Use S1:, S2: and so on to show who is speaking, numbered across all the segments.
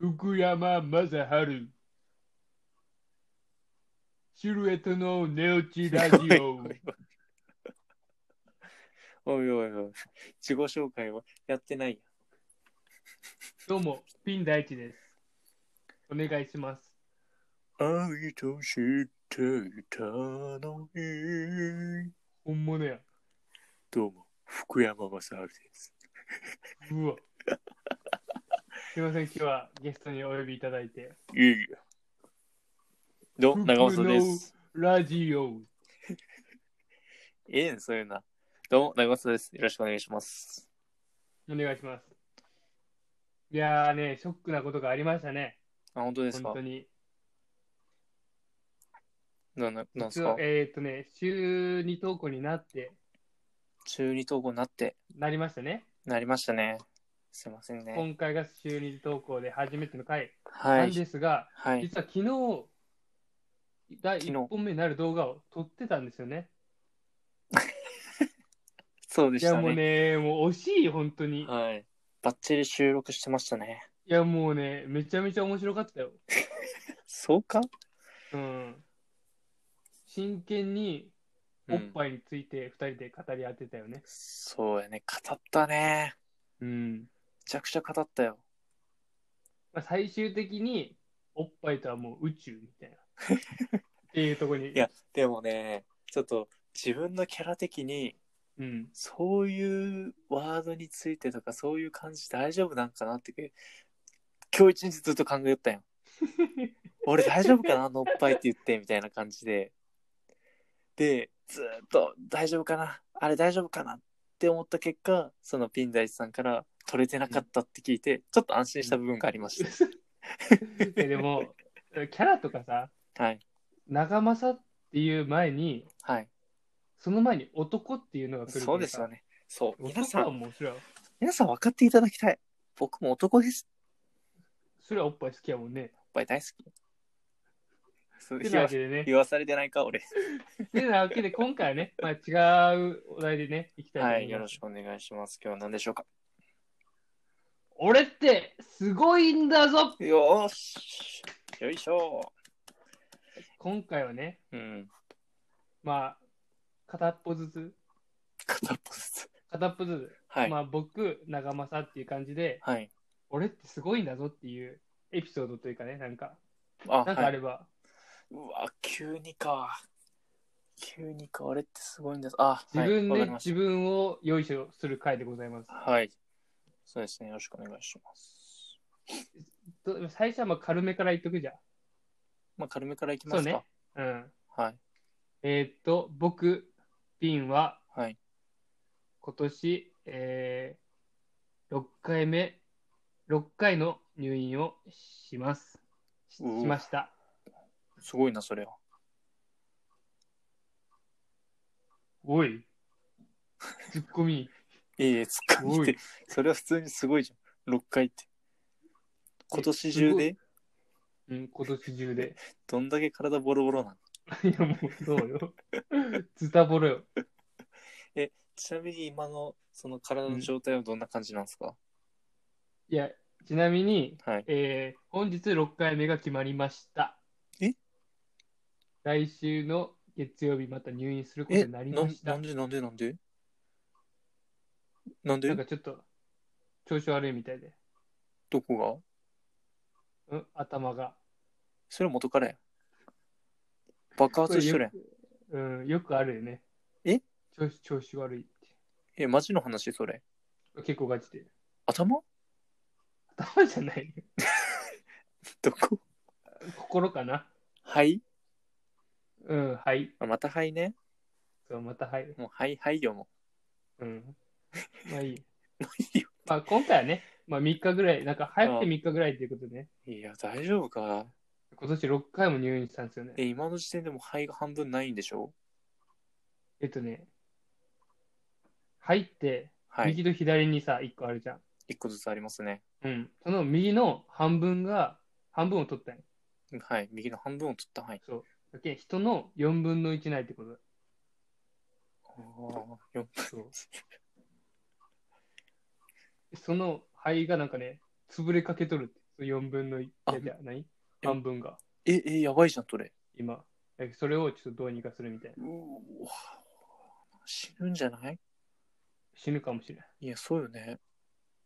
S1: 福山雅治。シルエットの寝落ちラジオ。
S2: おいおいおい、自己紹介をやってないやん。
S1: どうも、ピン大地です。お願いします。
S2: 愛と知っていたのに。
S1: 本物や。
S2: どうも、福山雅治です。
S1: うわ。すいません、今日はゲストにお呼びいただいて。
S2: いえいえ。どうも、長尾です。
S1: ラジオ。
S2: ええねんそういうな。どうも、長尾です。よろしくお願いします。
S1: お願いします。いやーね、ショックなことがありましたね。
S2: あ、本当ですか
S1: 本当に。
S2: な、な、なんす
S1: 一応
S2: か
S1: えーっとね、週2投稿になって、
S2: 中二投稿になって、
S1: なりましたね。
S2: なりましたね。すいませんね。
S1: 今回が週2投稿で初めての回
S2: は
S1: なん
S2: い。
S1: ですが、
S2: はい。
S1: 実は昨日、第
S2: 昨日
S1: 1本目になる動画を撮ってたんですよね。
S2: そうで
S1: い
S2: し
S1: や
S2: た
S1: もう
S2: ね。
S1: ね、もう惜しいよ、本当に。い
S2: はい。バッチリ収録してましたね。
S1: やもうね、めちゃめちゃ面白かったよ。
S2: そうか
S1: うん。真剣におっぱいについて2人で語り合ってたよね。
S2: そうやね。語ったね。
S1: うん。
S2: めちゃくちゃ語ったよ。
S1: まあ、最終的に、おっぱいとはもう宇宙みた いな。っていうところに。
S2: いやでもね、ちょっと自分のキャラ的に、
S1: うん。
S2: そういうワードについてとか、そういう感じ大丈夫なんかなって、今日一日ずっと考えよったやん。俺大丈夫かなあのおっぱいって言って、みたいな感じで。で、ずーっと大丈夫かなあれ大丈夫かなって思った結果、そのピン大地さんから取れてなかったって聞いて、ちょっと安心した部分がありました。
S1: えでも、キャラとかさ、
S2: はい。
S1: 長政っていう前に、
S2: はい。
S1: その前に男っていうのが来る
S2: そうですよ
S1: ね。
S2: ね。そう。皆
S1: 男
S2: さ
S1: は
S2: ん、
S1: 面白い。
S2: 皆さん分かっていただきたい。僕も男です。
S1: それはおっぱい好きやもんね。
S2: おっぱい大好き。そう
S1: て
S2: 言
S1: なわ
S2: わ
S1: けでね。
S2: 言わされてないか、俺。
S1: てなわけで、今回はね、まあ、違うお題でね、いきたいと思います。
S2: はい、よろしくお願いします。今日は何でしょうか。
S1: 俺って、すごいんだぞ
S2: よーし。よいしょ。
S1: 今回はね、
S2: うん。
S1: まあ、片っぽずつ、
S2: 片っぽずつ。
S1: 片っぽずつ、
S2: はい。
S1: まあ僕、長政っていう感じで、
S2: はい。
S1: 俺ってすごいんだぞっていうエピソードというかね、なんか、
S2: あ、
S1: なんかあ
S2: はい
S1: れ。ば、
S2: うわ、急にか。急にか、あれってすごいんです。あ、
S1: 自分
S2: はい、わ
S1: で
S2: かりまし
S1: 自分をよいしょする回でございます
S2: た。。はい。そうですね。よろしくお願いします。
S1: と最初はまあ軽めから言っとくじゃん。
S2: まあ、軽めからいきま
S1: そう
S2: すか。
S1: ね。うん。
S2: はい。
S1: えーっと、僕、ピンは
S2: はい。
S1: 今年、えー、6回目、6回の入院をします。しし
S2: うお
S1: ました。
S2: すごいな、それは。
S1: おい。ツッコ ミ。
S2: いえいえ、つか
S1: お
S2: み
S1: い
S2: て。。それは普通にすごいじゃん。6回って。今年中で、
S1: うん、今年中で。
S2: どんだけ体ボロボロなの
S1: いや、もうそうよ。 ズタボロよ。
S2: ちなみに今のその体の状態はどんな感じなんですか、
S1: いや、ちなみに、
S2: はい。
S1: えー本日6回目が決まりました。
S2: え
S1: 来週の月曜日また入院すること
S2: え、
S1: にな
S2: な
S1: りまし
S2: な
S1: た
S2: ん。でなんでなんでなんで
S1: なんかちょっと調子悪いみたいで、
S2: どこ
S1: う
S2: が
S1: ん、頭が。
S2: それ元からや。爆発しとるやん。
S1: うん、よくあるよね。
S2: え
S1: 調子調子悪いって。
S2: え、マジの話それ。
S1: 結構ガチで。
S2: 頭
S1: 頭じゃないよ。
S2: どこ
S1: 心かな。
S2: 肺
S1: うん、はい。
S2: あまた肺ね。
S1: そう、またはい。
S2: もう肺、肺よも
S1: うん。まあいい。
S2: う。もういいよ。
S1: まあ今回はね、まあ3日ぐらい、なんか早くて3日ぐらいっていうことでね。
S2: いや、大丈夫か。
S1: 今年6回も入院したんですよね。
S2: え、今の時点でもう肺が半分ないんでしょ
S1: えっとね、入って、
S2: はい。
S1: 右と左にさ、1個あるじゃん。
S2: 一個ずつありますね。
S1: うん。その右の半分が、半分を取ったんよ
S2: はい。右の半分を取った。はい。
S1: そう。だけ人の4分の1ないってことだ。
S2: あーよ
S1: そう。 その肺がなんかね、潰れかけとるって。 4分の1、い
S2: あ
S1: やじゃあ何半分が、
S2: え、え、やばいじゃん、それ。
S1: 今。えそれをちょっとどうにかするみたいな。
S2: うわ死ぬんじゃない
S1: 死ぬかもしれない。
S2: いや、そうよね。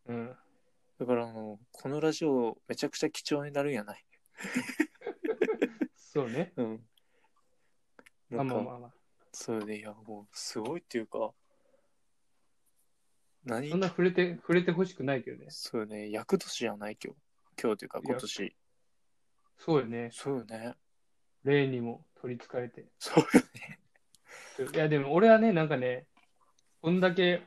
S1: うん。
S2: だから、あの、このラジオ、めちゃくちゃ貴重になるんやない。
S1: そうね。
S2: うん。
S1: ま
S2: な
S1: あまあ
S2: んか、
S1: まあまあ。
S2: そうよね。いや、もう、すごいっていうか、何
S1: そんな触れて、触れてほしくないけどね。
S2: そうよね。厄年じゃない、今日。今日というか、今年。
S1: そうよね。
S2: そうよね。
S1: 霊にも取りつかれて。
S2: そうよね。
S1: いや、でも俺はね、なんかね、こんだけ、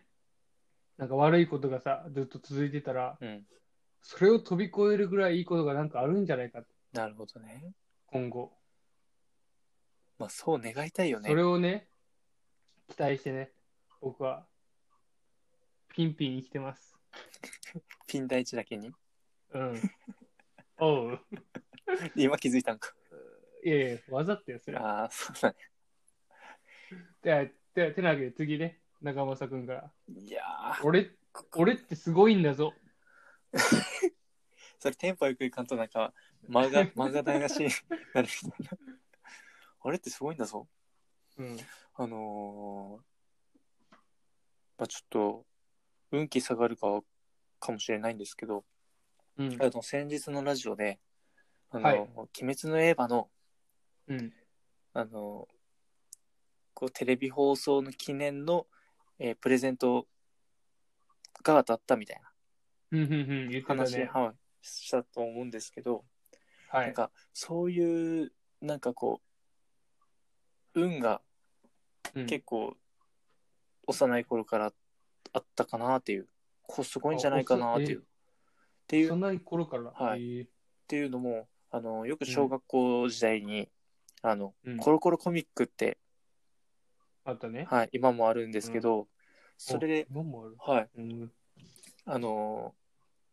S1: なんか悪いことがさ、ずっと続いてたら、
S2: うん。
S1: それを飛び越えるぐらいいいことがなんかあるんじゃないかって、
S2: なるほどね。
S1: 今後。
S2: まあ、そう願いたいよね。
S1: それをね、期待してね、僕は、ピンピン生きてます。
S2: ピン第一だけに。
S1: うん。おう。
S2: 今気づいたんか。
S1: いやいや、わざってよ、それは。
S2: ああ、そうだね。
S1: で、で、てなわけで次ね、中政くんから。
S2: いやー、
S1: 俺、俺ってすごいんだぞ。
S2: それテンポよくいかんとなんか、漫画、漫画台無しになるみたいな。あれってすごいんだぞ。
S1: うん。
S2: あのーまあちょっと、運気下がるかは、かもしれないんですけど、
S1: うん。
S2: あの、先日のラジオで、あの、
S1: はい
S2: 鬼滅の刃の、
S1: うん。
S2: あの、こう、テレビ放送の記念の、えープレゼントが当たったみたいな
S1: うん、うん、うん。言ってた
S2: 話、
S1: ね。
S2: はい、したと思うんですけど、
S1: は
S2: なん
S1: い。
S2: か、そういう、なんかこう、運が
S1: うん
S2: 結構、幼い頃からあったかなっていう、こう、すごいんじゃないかなっていう、
S1: あおそえ
S2: っていう
S1: そんな頃から。
S2: はい
S1: へえ
S2: っていうのもあのよく小学校時代に、あの
S1: うん
S2: コロコロコミックって、
S1: あったね。
S2: はい、今もあるんですけど、それで、
S1: お。今もある。
S2: はい、
S1: うん。
S2: あの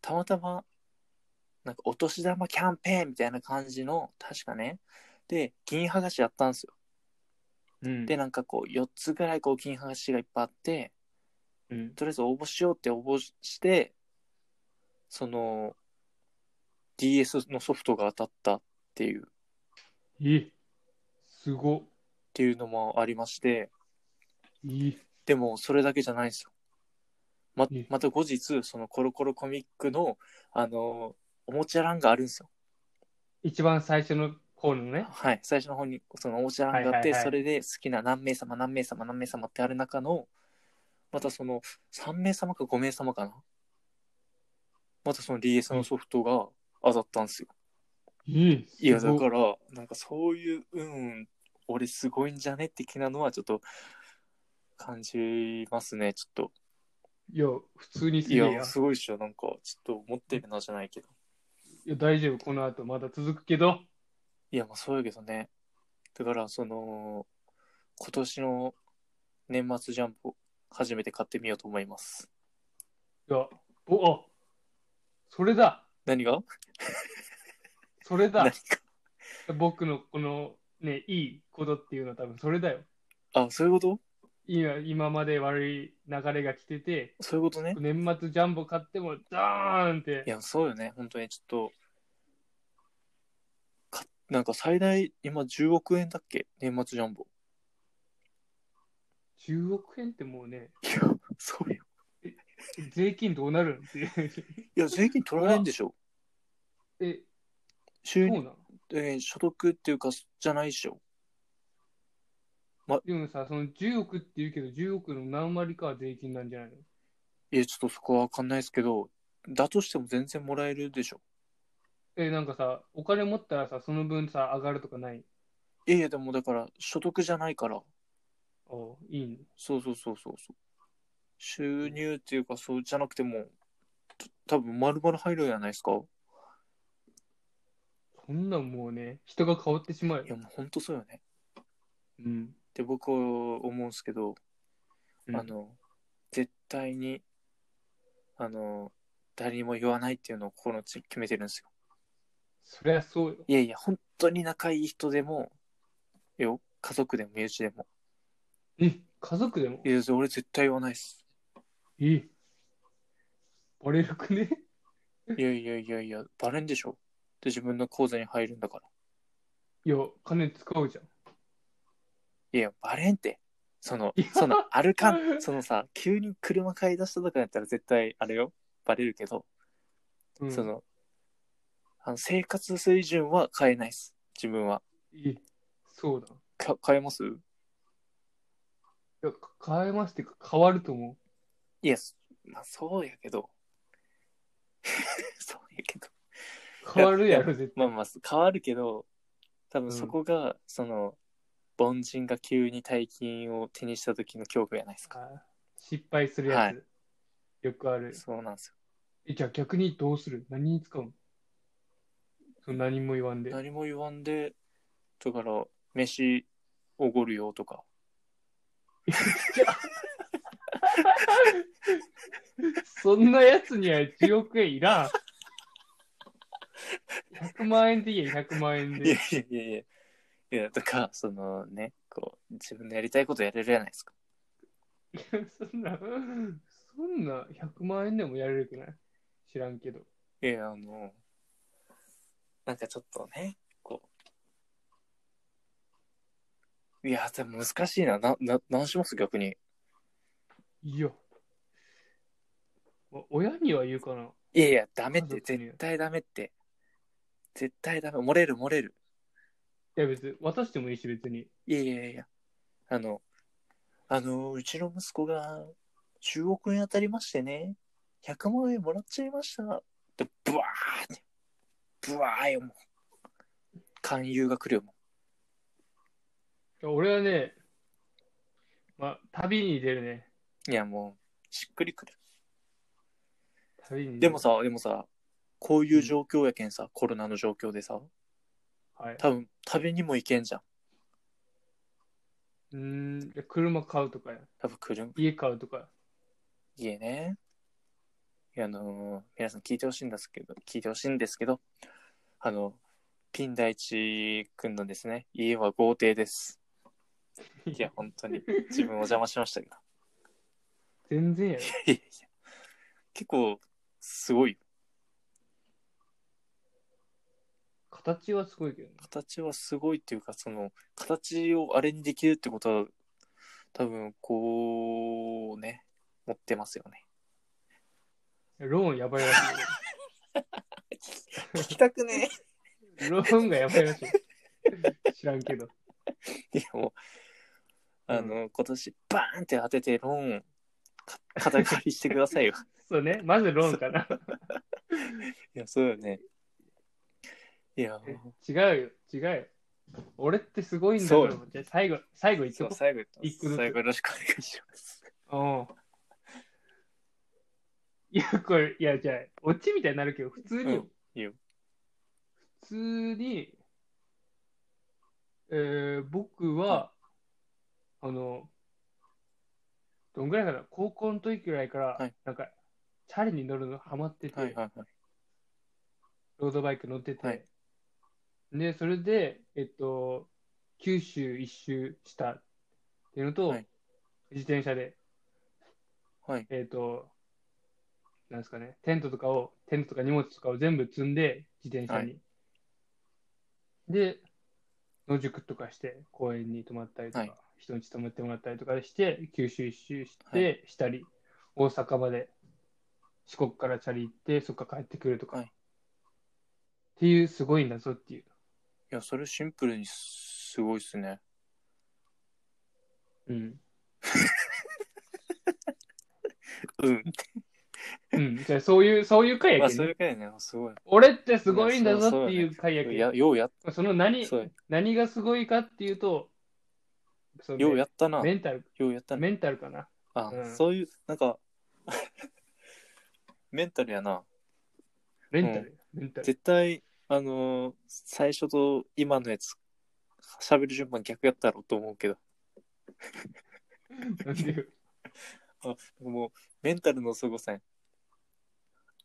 S2: たまたまなんかお年玉キャンペーンみたいな感じの確かねで銀剥がしやったんですよ
S1: うん。
S2: でなんかこう4つぐらいこう銀剥がしがいっぱいあって
S1: うん。
S2: とりあえず応募しようって応募してその DS のソフトが当たったっていうっ
S1: え、すご。
S2: ていうのもありまして、
S1: いい。
S2: でも、それだけじゃないんですよ。ま
S1: え、
S2: また後日、そのコロコロコミックの、あのおもちゃ欄があるんですよ。
S1: 一番最初の方のね。
S2: はい。最初の方に、そのおもちゃ欄があっ
S1: はいは
S2: て、
S1: いはい
S2: それで好きな何名様、何名様、何名様ってある中の、またその、3名様か5名様かな。またその DS のソフトが当たったんですよ。
S1: いい。
S2: いや、
S1: すご
S2: だから、なんかそういう、うん、俺すごいんじゃね的なのはちょっと、感じますね、ちょっと。
S1: いや、普通にすげ
S2: い
S1: えや。い
S2: や、すごいっしょ。なんか、ちょっと持ってるなじゃないけど。
S1: や、大丈夫。この後まだ続くけど。
S2: いや、まあそうやけどね。だから、その、今年の年末ジャンプを初めて買ってみようと思います。
S1: いや、お、あ、それだ。
S2: 何が
S1: それ
S2: 何
S1: だ
S2: か。。
S1: 僕のこの、ね、いいことっていうのは多分それだよ。
S2: あ、そういうこと
S1: 今、今まで悪い流れが来てて、
S2: そういうことね。
S1: 年末ジャンボ買っても、ダーンっ
S2: い
S1: て。
S2: や、そうよね。本当にちょっと、かなんか最大、今10億円だっけ年末ジャンボ。
S1: 10億円ってもうね、
S2: いや、そうよ。
S1: 税金どうなるんっていう。
S2: いや、税金取られんでしょ。
S1: え、そ
S2: 収
S1: う
S2: 入、
S1: なの
S2: えー所得っていうか、じゃないでしょ。
S1: でもさ、その10億って言うけど、10億の何割かは税金なんじゃないの
S2: いや、ちょっとそこはわかんないですけど、だとしても全然もらえるでしょ。
S1: え、なんかさ、お金持ったらさ、その分さ、上がるとかない
S2: いやいや、でもだから、所得じゃないから、
S1: おいいの
S2: そうそうそうそうそう。収入っていうか、そうじゃなくても、と多分丸々入るんじゃないですか。
S1: そんなんもうね、人が変わってしまう
S2: いや、
S1: よ。
S2: もうほんとそうよね。
S1: うん。
S2: って僕は思うんですけど、
S1: うん
S2: あの、絶対に、あの、誰にも言わないっていうのを心の内に決めてるんですよ。
S1: そりゃそうよ。
S2: いやいや、本当に仲いい人でも、よ、家族でも身内でも。
S1: え、家族でも
S2: いや、俺絶対言わないです。
S1: え、バレるくね
S2: いやいやいやいや、バレんでしょ。で、自分の口座に入るんだから。
S1: いや、金使うじゃん。
S2: いや、バレんって。その
S1: いや、
S2: その、歩かん、 そのさ、急に車買い出したとかやったら絶対、あれよ、バレるけど、
S1: うん、
S2: その、あの生活水準は変えないっす。自分は。
S1: いえそうだ。
S2: か変えます
S1: いや、か変えますっていうか、変わると思
S2: いや、まあ、そうやけど。 そうやけど。
S1: う。変わるや
S2: い
S1: ろ、絶
S2: まあまあ、変わるけど、多分そこが、その、凡人が急に大金を手にした時の恐怖やないですか。
S1: 対。失敗するやつ。
S2: はい
S1: よくある。
S2: そうなんです
S1: え、じゃあ逆にどうする何に使うのその何も言わんで。
S2: よ。
S1: い
S2: 何も言わんで、だから、飯おごるよとか。
S1: やそんなやつには10億円いらん。100万円でいいや、100万円
S2: いや
S1: で
S2: い。やいやいや。いや、とか、そのね、こう、自分のやりたいことやれるじゃないですか。
S1: いやそんな、そんな100万円でもやれるくない知らんけど。
S2: いや、あの、なんかちょっとね、こう。いや、でも難しいな。な、な、何します逆に。
S1: いや。ま親には言うかな。
S2: いやいや、ダメって、
S1: 家族に
S2: 絶対ダメって。絶対ダメ。漏れる、漏れる。
S1: いや別に、渡してもいいし別に。
S2: いやいやいやいや。あの、あの、うちの息子が10億円当たりましてね、100万円もらっちゃいました。で、ブワーって、ブワーよ、もう。勧誘が来るよ、も
S1: いや俺はね、まあ、旅に出るね。
S2: う。いや、もう、しっくりくる。
S1: 旅に出る
S2: でも、さ、でもさ、こういう状況やけんさ、コロナの状況でさ、
S1: はい、
S2: 多分、旅にも行けんじゃん。
S1: うーん、いや車買うとかや、
S2: 多分、来る、
S1: 家買うとか、
S2: 家ね。いや、あのー皆さん聞いてほしいんですけど、聞いてほしいんですけど、あの、ピン大地くんのですね、家は豪邸です。いや、本当に、自分お邪魔しましたけど。
S1: 全然やろ。
S2: いやいや結構、すごい。
S1: 形はすごいけどね。
S2: 形はすごいっていうか、その、形をあれにできるってことは、多分、こう、ね、持ってますよ ね。
S1: ローンやばいらし
S2: 聞きたくね
S1: い。ローンがやばいらしい。知らんけど。
S2: いやもう、あの、今年バーンって当ててローン、か 肩代わりしてくださいよ。
S1: そうね、まずローンかな。
S2: いや、そうよね。いや、
S1: え違うよ、違うよ。俺ってすごいんだから、じゃあ最後、最後いつ
S2: 今
S1: も
S2: 日。最後言った
S1: 一個ずつ
S2: 最後よろしくお願いします。
S1: うんいや、これ、いや、じゃあ、オチみたいになるけど、普通によ、
S2: いいよ
S1: 普通に、えー、僕は、あの、どんぐらいかな、高校の時ぐらいから、
S2: はい
S1: なんか、チャリに乗るのハマってて、
S2: はいはいはい。
S1: ロードバイク乗ってて、
S2: はい
S1: で、それで、えっと、九州一周したっていうのと、
S2: はい
S1: 自転車で、
S2: はい
S1: えっと、なんですかね、テントとかを、テントとか荷物とかを全部積んで、自転車に。で、野宿とかして、公園に泊まったりとか、
S2: はい
S1: 人に泊まってもらったりとかして、九州一周して、
S2: は
S1: したり、大阪まで、四国からチャリ行って、そっから帰ってくるとか、
S2: はい
S1: っていう、すごいんだぞっていう。
S2: いや、それシンプルにすごいっすね。
S1: うん。
S2: うん。
S1: うん。じゃあ、そういう、そういう回
S2: ま
S1: や
S2: あ、
S1: け
S2: そ
S1: ど、ね
S2: れくらいね、すごい。
S1: 俺ってすごいんだぞっていう回やけど、
S2: いや、ようやっ
S1: その何
S2: そう
S1: 何がすごいかっていうと、そのね
S2: ようやったな。
S1: メ
S2: よ
S1: ンタル、
S2: うやったね。
S1: メンタルかな。
S2: あ
S1: うん、
S2: そういう、なんか、 メンタルやな。
S1: メンタル、メンタル。
S2: 絶対あのー最初と今のやつ喋る順番逆やったろうと思うけど
S1: なんでよ
S2: もうメンタルのすごさや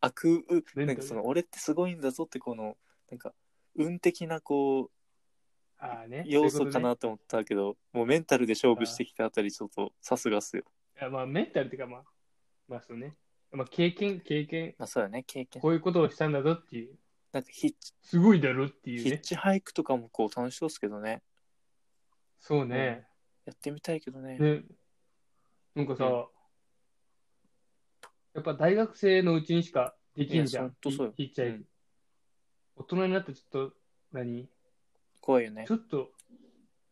S2: 悪
S1: メンタル
S2: なんかその俺ってすごいんだぞってこのなんか運的なこ
S1: ああね
S2: う。要素か
S1: そういう
S2: なと思ったけどもうメンタルで勝負してきたあたりちょっとさすがっすよ
S1: ことねいやまあ、メンタルっていうか、まあ、まあ、そうね。まあ、経験、経験、
S2: まあそうだね、経験。
S1: こういうことをしたんだぞっていう、
S2: なんかヒッチ、
S1: すごいだろっていう
S2: ヒッ
S1: ね。
S2: チハイクとかもこう楽しそうですけどね。
S1: そうね。
S2: やってみたいけどね。
S1: ね。なんかさ、やっぱ大学生のうちにしかできんじゃ
S2: いや
S1: ん。
S2: ほんとそうよ
S1: ヒッチハイク
S2: うん
S1: 大人になってちょっと、何
S2: 怖いよね
S1: ち。ょっと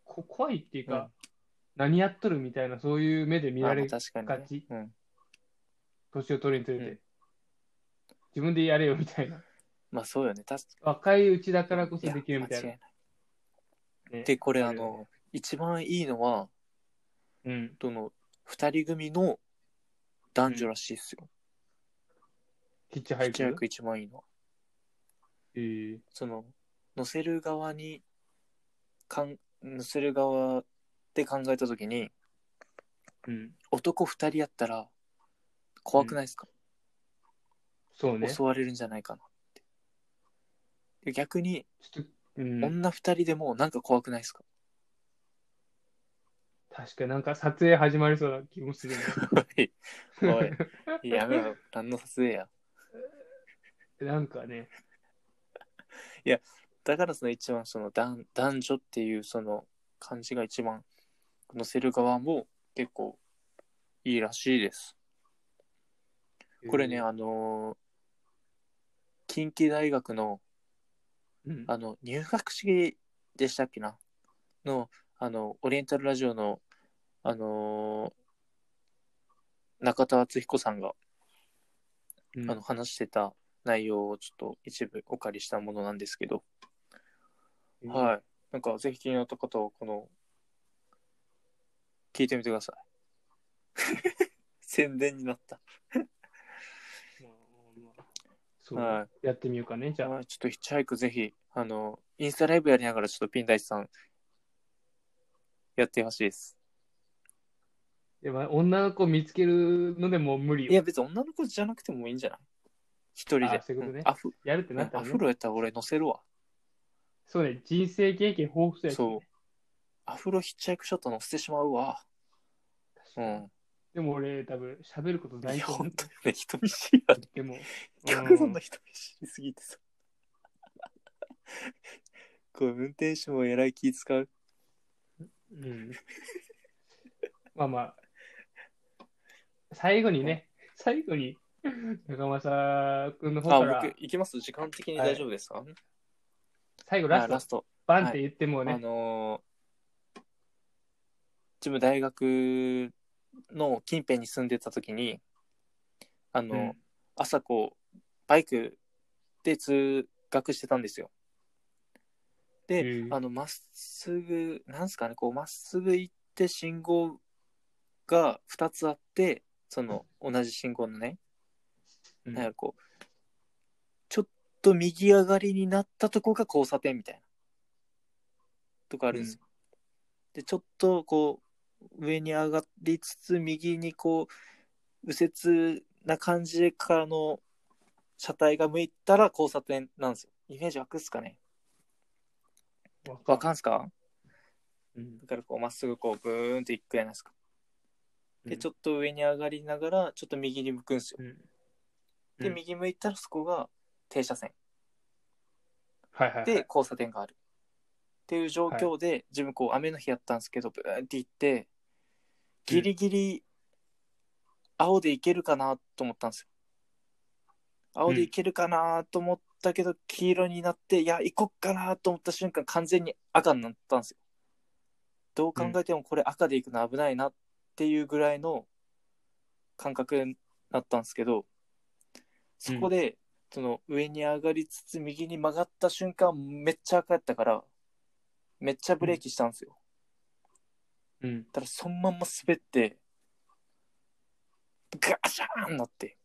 S1: こ怖いっていうか、何やっとるみたいな、そういう目で見
S2: ま
S1: ら
S2: あ
S1: れ
S2: まあ
S1: る
S2: 確かに
S1: が
S2: ね
S1: ち。
S2: うん。
S1: 年を取るにつれて、
S2: うん
S1: 自分でやれよみたいな。
S2: まあそうよね。確か
S1: 若いうちだからこそ
S2: に。
S1: できるみたいな
S2: や間違。い
S1: ね
S2: で、これあ
S1: るよね
S2: の、一番いいのは、
S1: うん。
S2: どの、二人組の男女らしいっすよ。
S1: ヒッチハ
S2: ヒッ
S1: イ
S2: チハイ
S1: ク
S2: ク。一番いいのは。
S1: えー
S2: その、乗せる側に、かん、乗せる側で考えたときに、
S1: うん。
S2: 男二人やったら、怖くないですか、
S1: そうね。ち
S2: 襲
S1: ょ
S2: われるんじゃないかなって。で逆に、
S1: っと、うん。
S2: 女二人でもなんか怖くないです か
S1: 確かになんか撮影始まりそうな気もするね。
S2: おい、 おい、やめろ、何の撮影や。
S1: なんかね。
S2: だからその一番その男男女っていうその感じが一番載せる側も結構いいらしいです。これね、あのー近畿大学の
S1: うん、
S2: あの入学式でしたっけなのあのオリエンタルラジオのあのー中田敦彦さんが
S1: うん
S2: あの話してた内容をちょっと一部お借りしたものなんですけど、
S1: い。
S2: はい。なんか、ぜひ気になった方は、この、聞いてみてください。 宣伝になった。
S1: まあまあまあそう、
S2: は
S1: やってみようかね、じ
S2: い。
S1: ゃあ。
S2: まあちょっとヒッチハイクぜひ、あの、インスタライブやりながら、ちょっとピン大地さん、やってほしいです。
S1: やばい女の子見つけるのでも無理
S2: い
S1: よ。
S2: や、別に女の子じゃなくてもいいんじゃない一人で。
S1: あそういうことね
S2: んアフ
S1: やるってなった
S2: ア
S1: ら、ね
S2: フ、ロやったら俺乗せるわ。
S1: そうね、人生経験豊富そうやしね
S2: そう。アフロヒッチハイクショット乗せてしまうわ。うん。
S1: でも俺、多分喋ることない
S2: いや、
S1: と
S2: ほ
S1: 思
S2: ん
S1: う。
S2: とにね、人見知りだね
S1: でも、
S2: 極
S1: う
S2: 論
S1: ん
S2: の人見知りすぎてさ。 こう、運転手もえらい気使う。
S1: うん。まあまあ、最後にね、最後に、中正君の方
S2: あ、
S1: から
S2: 僕、、行きます時間的に大丈夫ですか、
S1: 最後
S2: ラ
S1: ラ
S2: ス
S1: ス
S2: ラ
S1: ト
S2: ス、ト。
S1: バンって言ってもね、
S2: あのー自分大学の近辺に住んでた時に、あのー
S1: うん
S2: 朝こう、バイクで通学してたんですよ。で、
S1: うん
S2: あの、まっすぐ、なんすかね、こう、まっすぐ行って信号が2つあって、その、同じ信号のね、
S1: うん
S2: なんかこう、ちょっと右上がりになったとこが交差点みたいな、とかあるんですよ。で、ちょっとこう、上に上がりつつ、右にこう、右折な感じでからの車体が向いたら交差点なんですよ。イメージ湧くっすかねわかんすか
S1: うん
S2: だからこうまっすぐこうブーンっていくじゃないですか。
S1: う
S2: で
S1: ん
S2: ちょっと上に上がりながらちょっと右に向くんですよ。
S1: うん
S2: で
S1: うん
S2: 右向いたらそこが停車線
S1: はいはいはい。
S2: で交差点がある。っていう状況で、自分こう雨の日やったんですけどブーンって行ってギリギリ青で行けるかなと思ったんですよ。青で行けるかなと思ったけど黄色になっていや行こっかなと思った瞬間完全に赤になったんですよ。どう考えてもこれ赤で行くの危ないなっていうぐらいの感覚になったんですけどそこで、その上に上がりつつ右に曲がった瞬間めっちゃ赤やったからめっちゃブレーキしたんですよ、
S1: うん。
S2: ただそのまんま滑ってガシャーンなって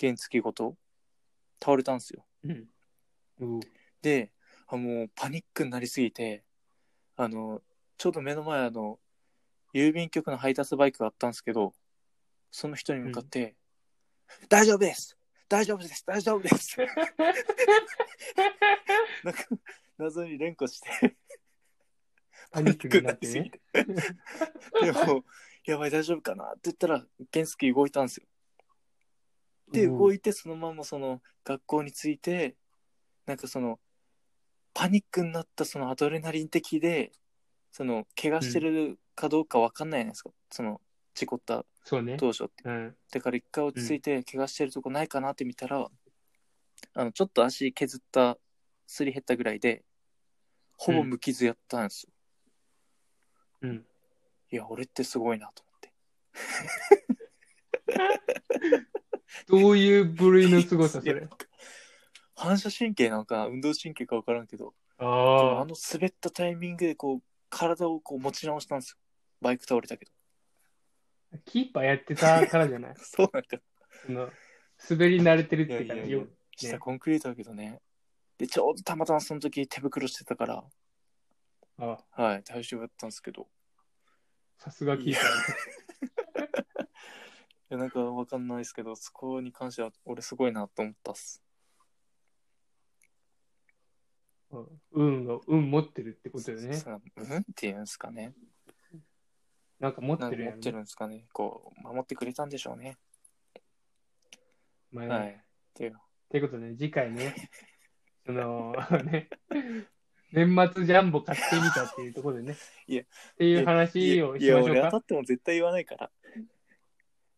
S2: 原付きごと倒れたんですよ
S1: うん。うん
S2: であもうパニックになりすぎてあのちょうど目の前あの郵便局の配達バイクがあったんですけどその人に向かって「大丈夫です大丈夫です大丈夫 です」なんか謎に連呼して
S1: パニックになってね。
S2: でも「やばい大丈夫かな?」って言ったら原付動いたんですよで
S1: うん
S2: 動いてそのままその学校に着いてなんかそのパニックになったそのアドレナリン的でその怪我してるかどうか分かんないじゃないですか、その事故った
S1: そうね。
S2: 当初って
S1: うん。
S2: だから一回落ち着いて怪我してるとこないかなって見たら、あのちょっと足削ったすり減ったぐらいでほぼ無傷やったんですよ、
S1: うん。
S2: いや俺ってすごいなと思って
S1: どういう部類の凄さ、そ
S2: いや
S1: れ
S2: なん。か反射神経なんか運動神経か分からんけどあ
S1: ああ。
S2: の滑ったタイミングでこう体をこう持ち直したんですよバイク倒れたけど
S1: キーパーやってたからじゃない
S2: そうなんか
S1: その、滑り慣れてるっ
S2: いや
S1: て
S2: いや
S1: 感
S2: い
S1: じ
S2: や
S1: よ。
S2: 下コンクリートだけどねでちょうどたまたまその時手袋してたから
S1: あ
S2: はい大丈夫だったんですけど
S1: さすがキーパー。
S2: いやなんかわかんないですけど、そこに関しては俺すごいなと思ったっす。
S1: うん運を、運持ってるってことよね
S2: そ。のうんっていうんですかね。
S1: なんか持っ
S2: なん
S1: て
S2: か
S1: る
S2: 持
S1: や
S2: っ
S1: ん
S2: て
S1: ね。
S2: るんですかね。こう、守ってくれたんでしょうね。
S1: まあ
S2: は
S1: ね
S2: い。っていう。
S1: ということで、次回ね、その、ね、年末ジャンボ買ってみたっていうところでね、
S2: いや
S1: っていう話を
S2: い
S1: し
S2: や、
S1: ましょう
S2: 俺当た
S1: か。
S2: っても絶対言わないから。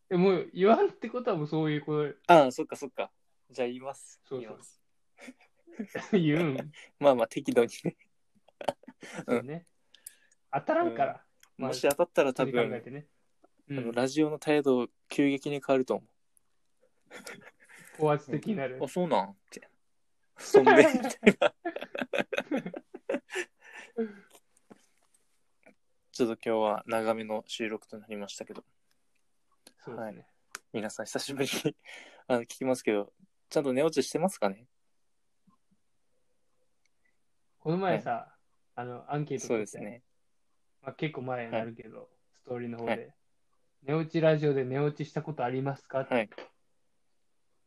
S1: でもう言わんってことはもうそういうこ
S2: ああ、そっかそっか。じゃあ言います。
S1: そうそう
S2: 言います。
S1: と言うん
S2: まあまあ適度にね。
S1: そうね。当たらんから、まあ
S2: もし当たったら多
S1: 普通に考え
S2: 分、
S1: てね。
S2: あ
S1: う
S2: の
S1: ん、
S2: ラジオの態度急激に変わると思
S1: 高圧的になる
S2: う。あ、。そうなんって。そんで、みたいな。ちょっと今日は長めの収録となりましたけど。
S1: そうですね。
S2: 皆さん久しぶりに あの聞きますけど、ちゃんと寝落ちしてますかね
S1: この前さ、あの、アンケート
S2: そう
S1: 取
S2: で
S1: っ
S2: す
S1: て、
S2: ね。
S1: まあ、結構前になるけど、ストーリーの方で、
S2: は
S1: 寝落ちラジオで寝落ちしたことありますか、
S2: はい。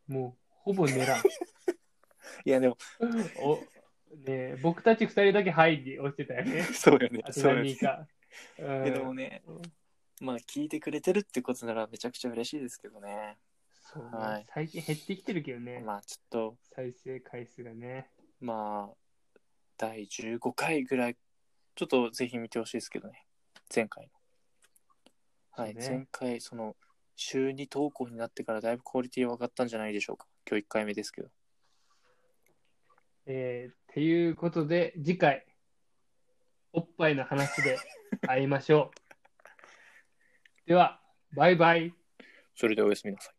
S1: もう、ほぼ寝ら ん。
S2: いやでも、
S1: おねえ僕たち二人だけ「はい」に押してたよね。
S2: そうよね。
S1: あと
S2: そうよ
S1: 何
S2: ね
S1: 人。か。うん
S2: でもね、まあ聞いてくれてるってことならめちゃくちゃ嬉しいですけどね。
S1: そうね
S2: はい
S1: 最近減ってきてるけどね、
S2: まあちょっ
S1: 再生回数がね。
S2: と、まあ、第15回ぐらい、ちょっとぜひ見てほしいですけどね。前回の。はい。
S1: そうね
S2: 前回、その、週2投稿になってからだいぶクオリティは上がったんじゃないでしょうか。今日1回目ですけど。
S1: えー、っていうことで、次回、おっぱいの話で会いましょう。では、バイバイ。
S2: それではおやすみなさい。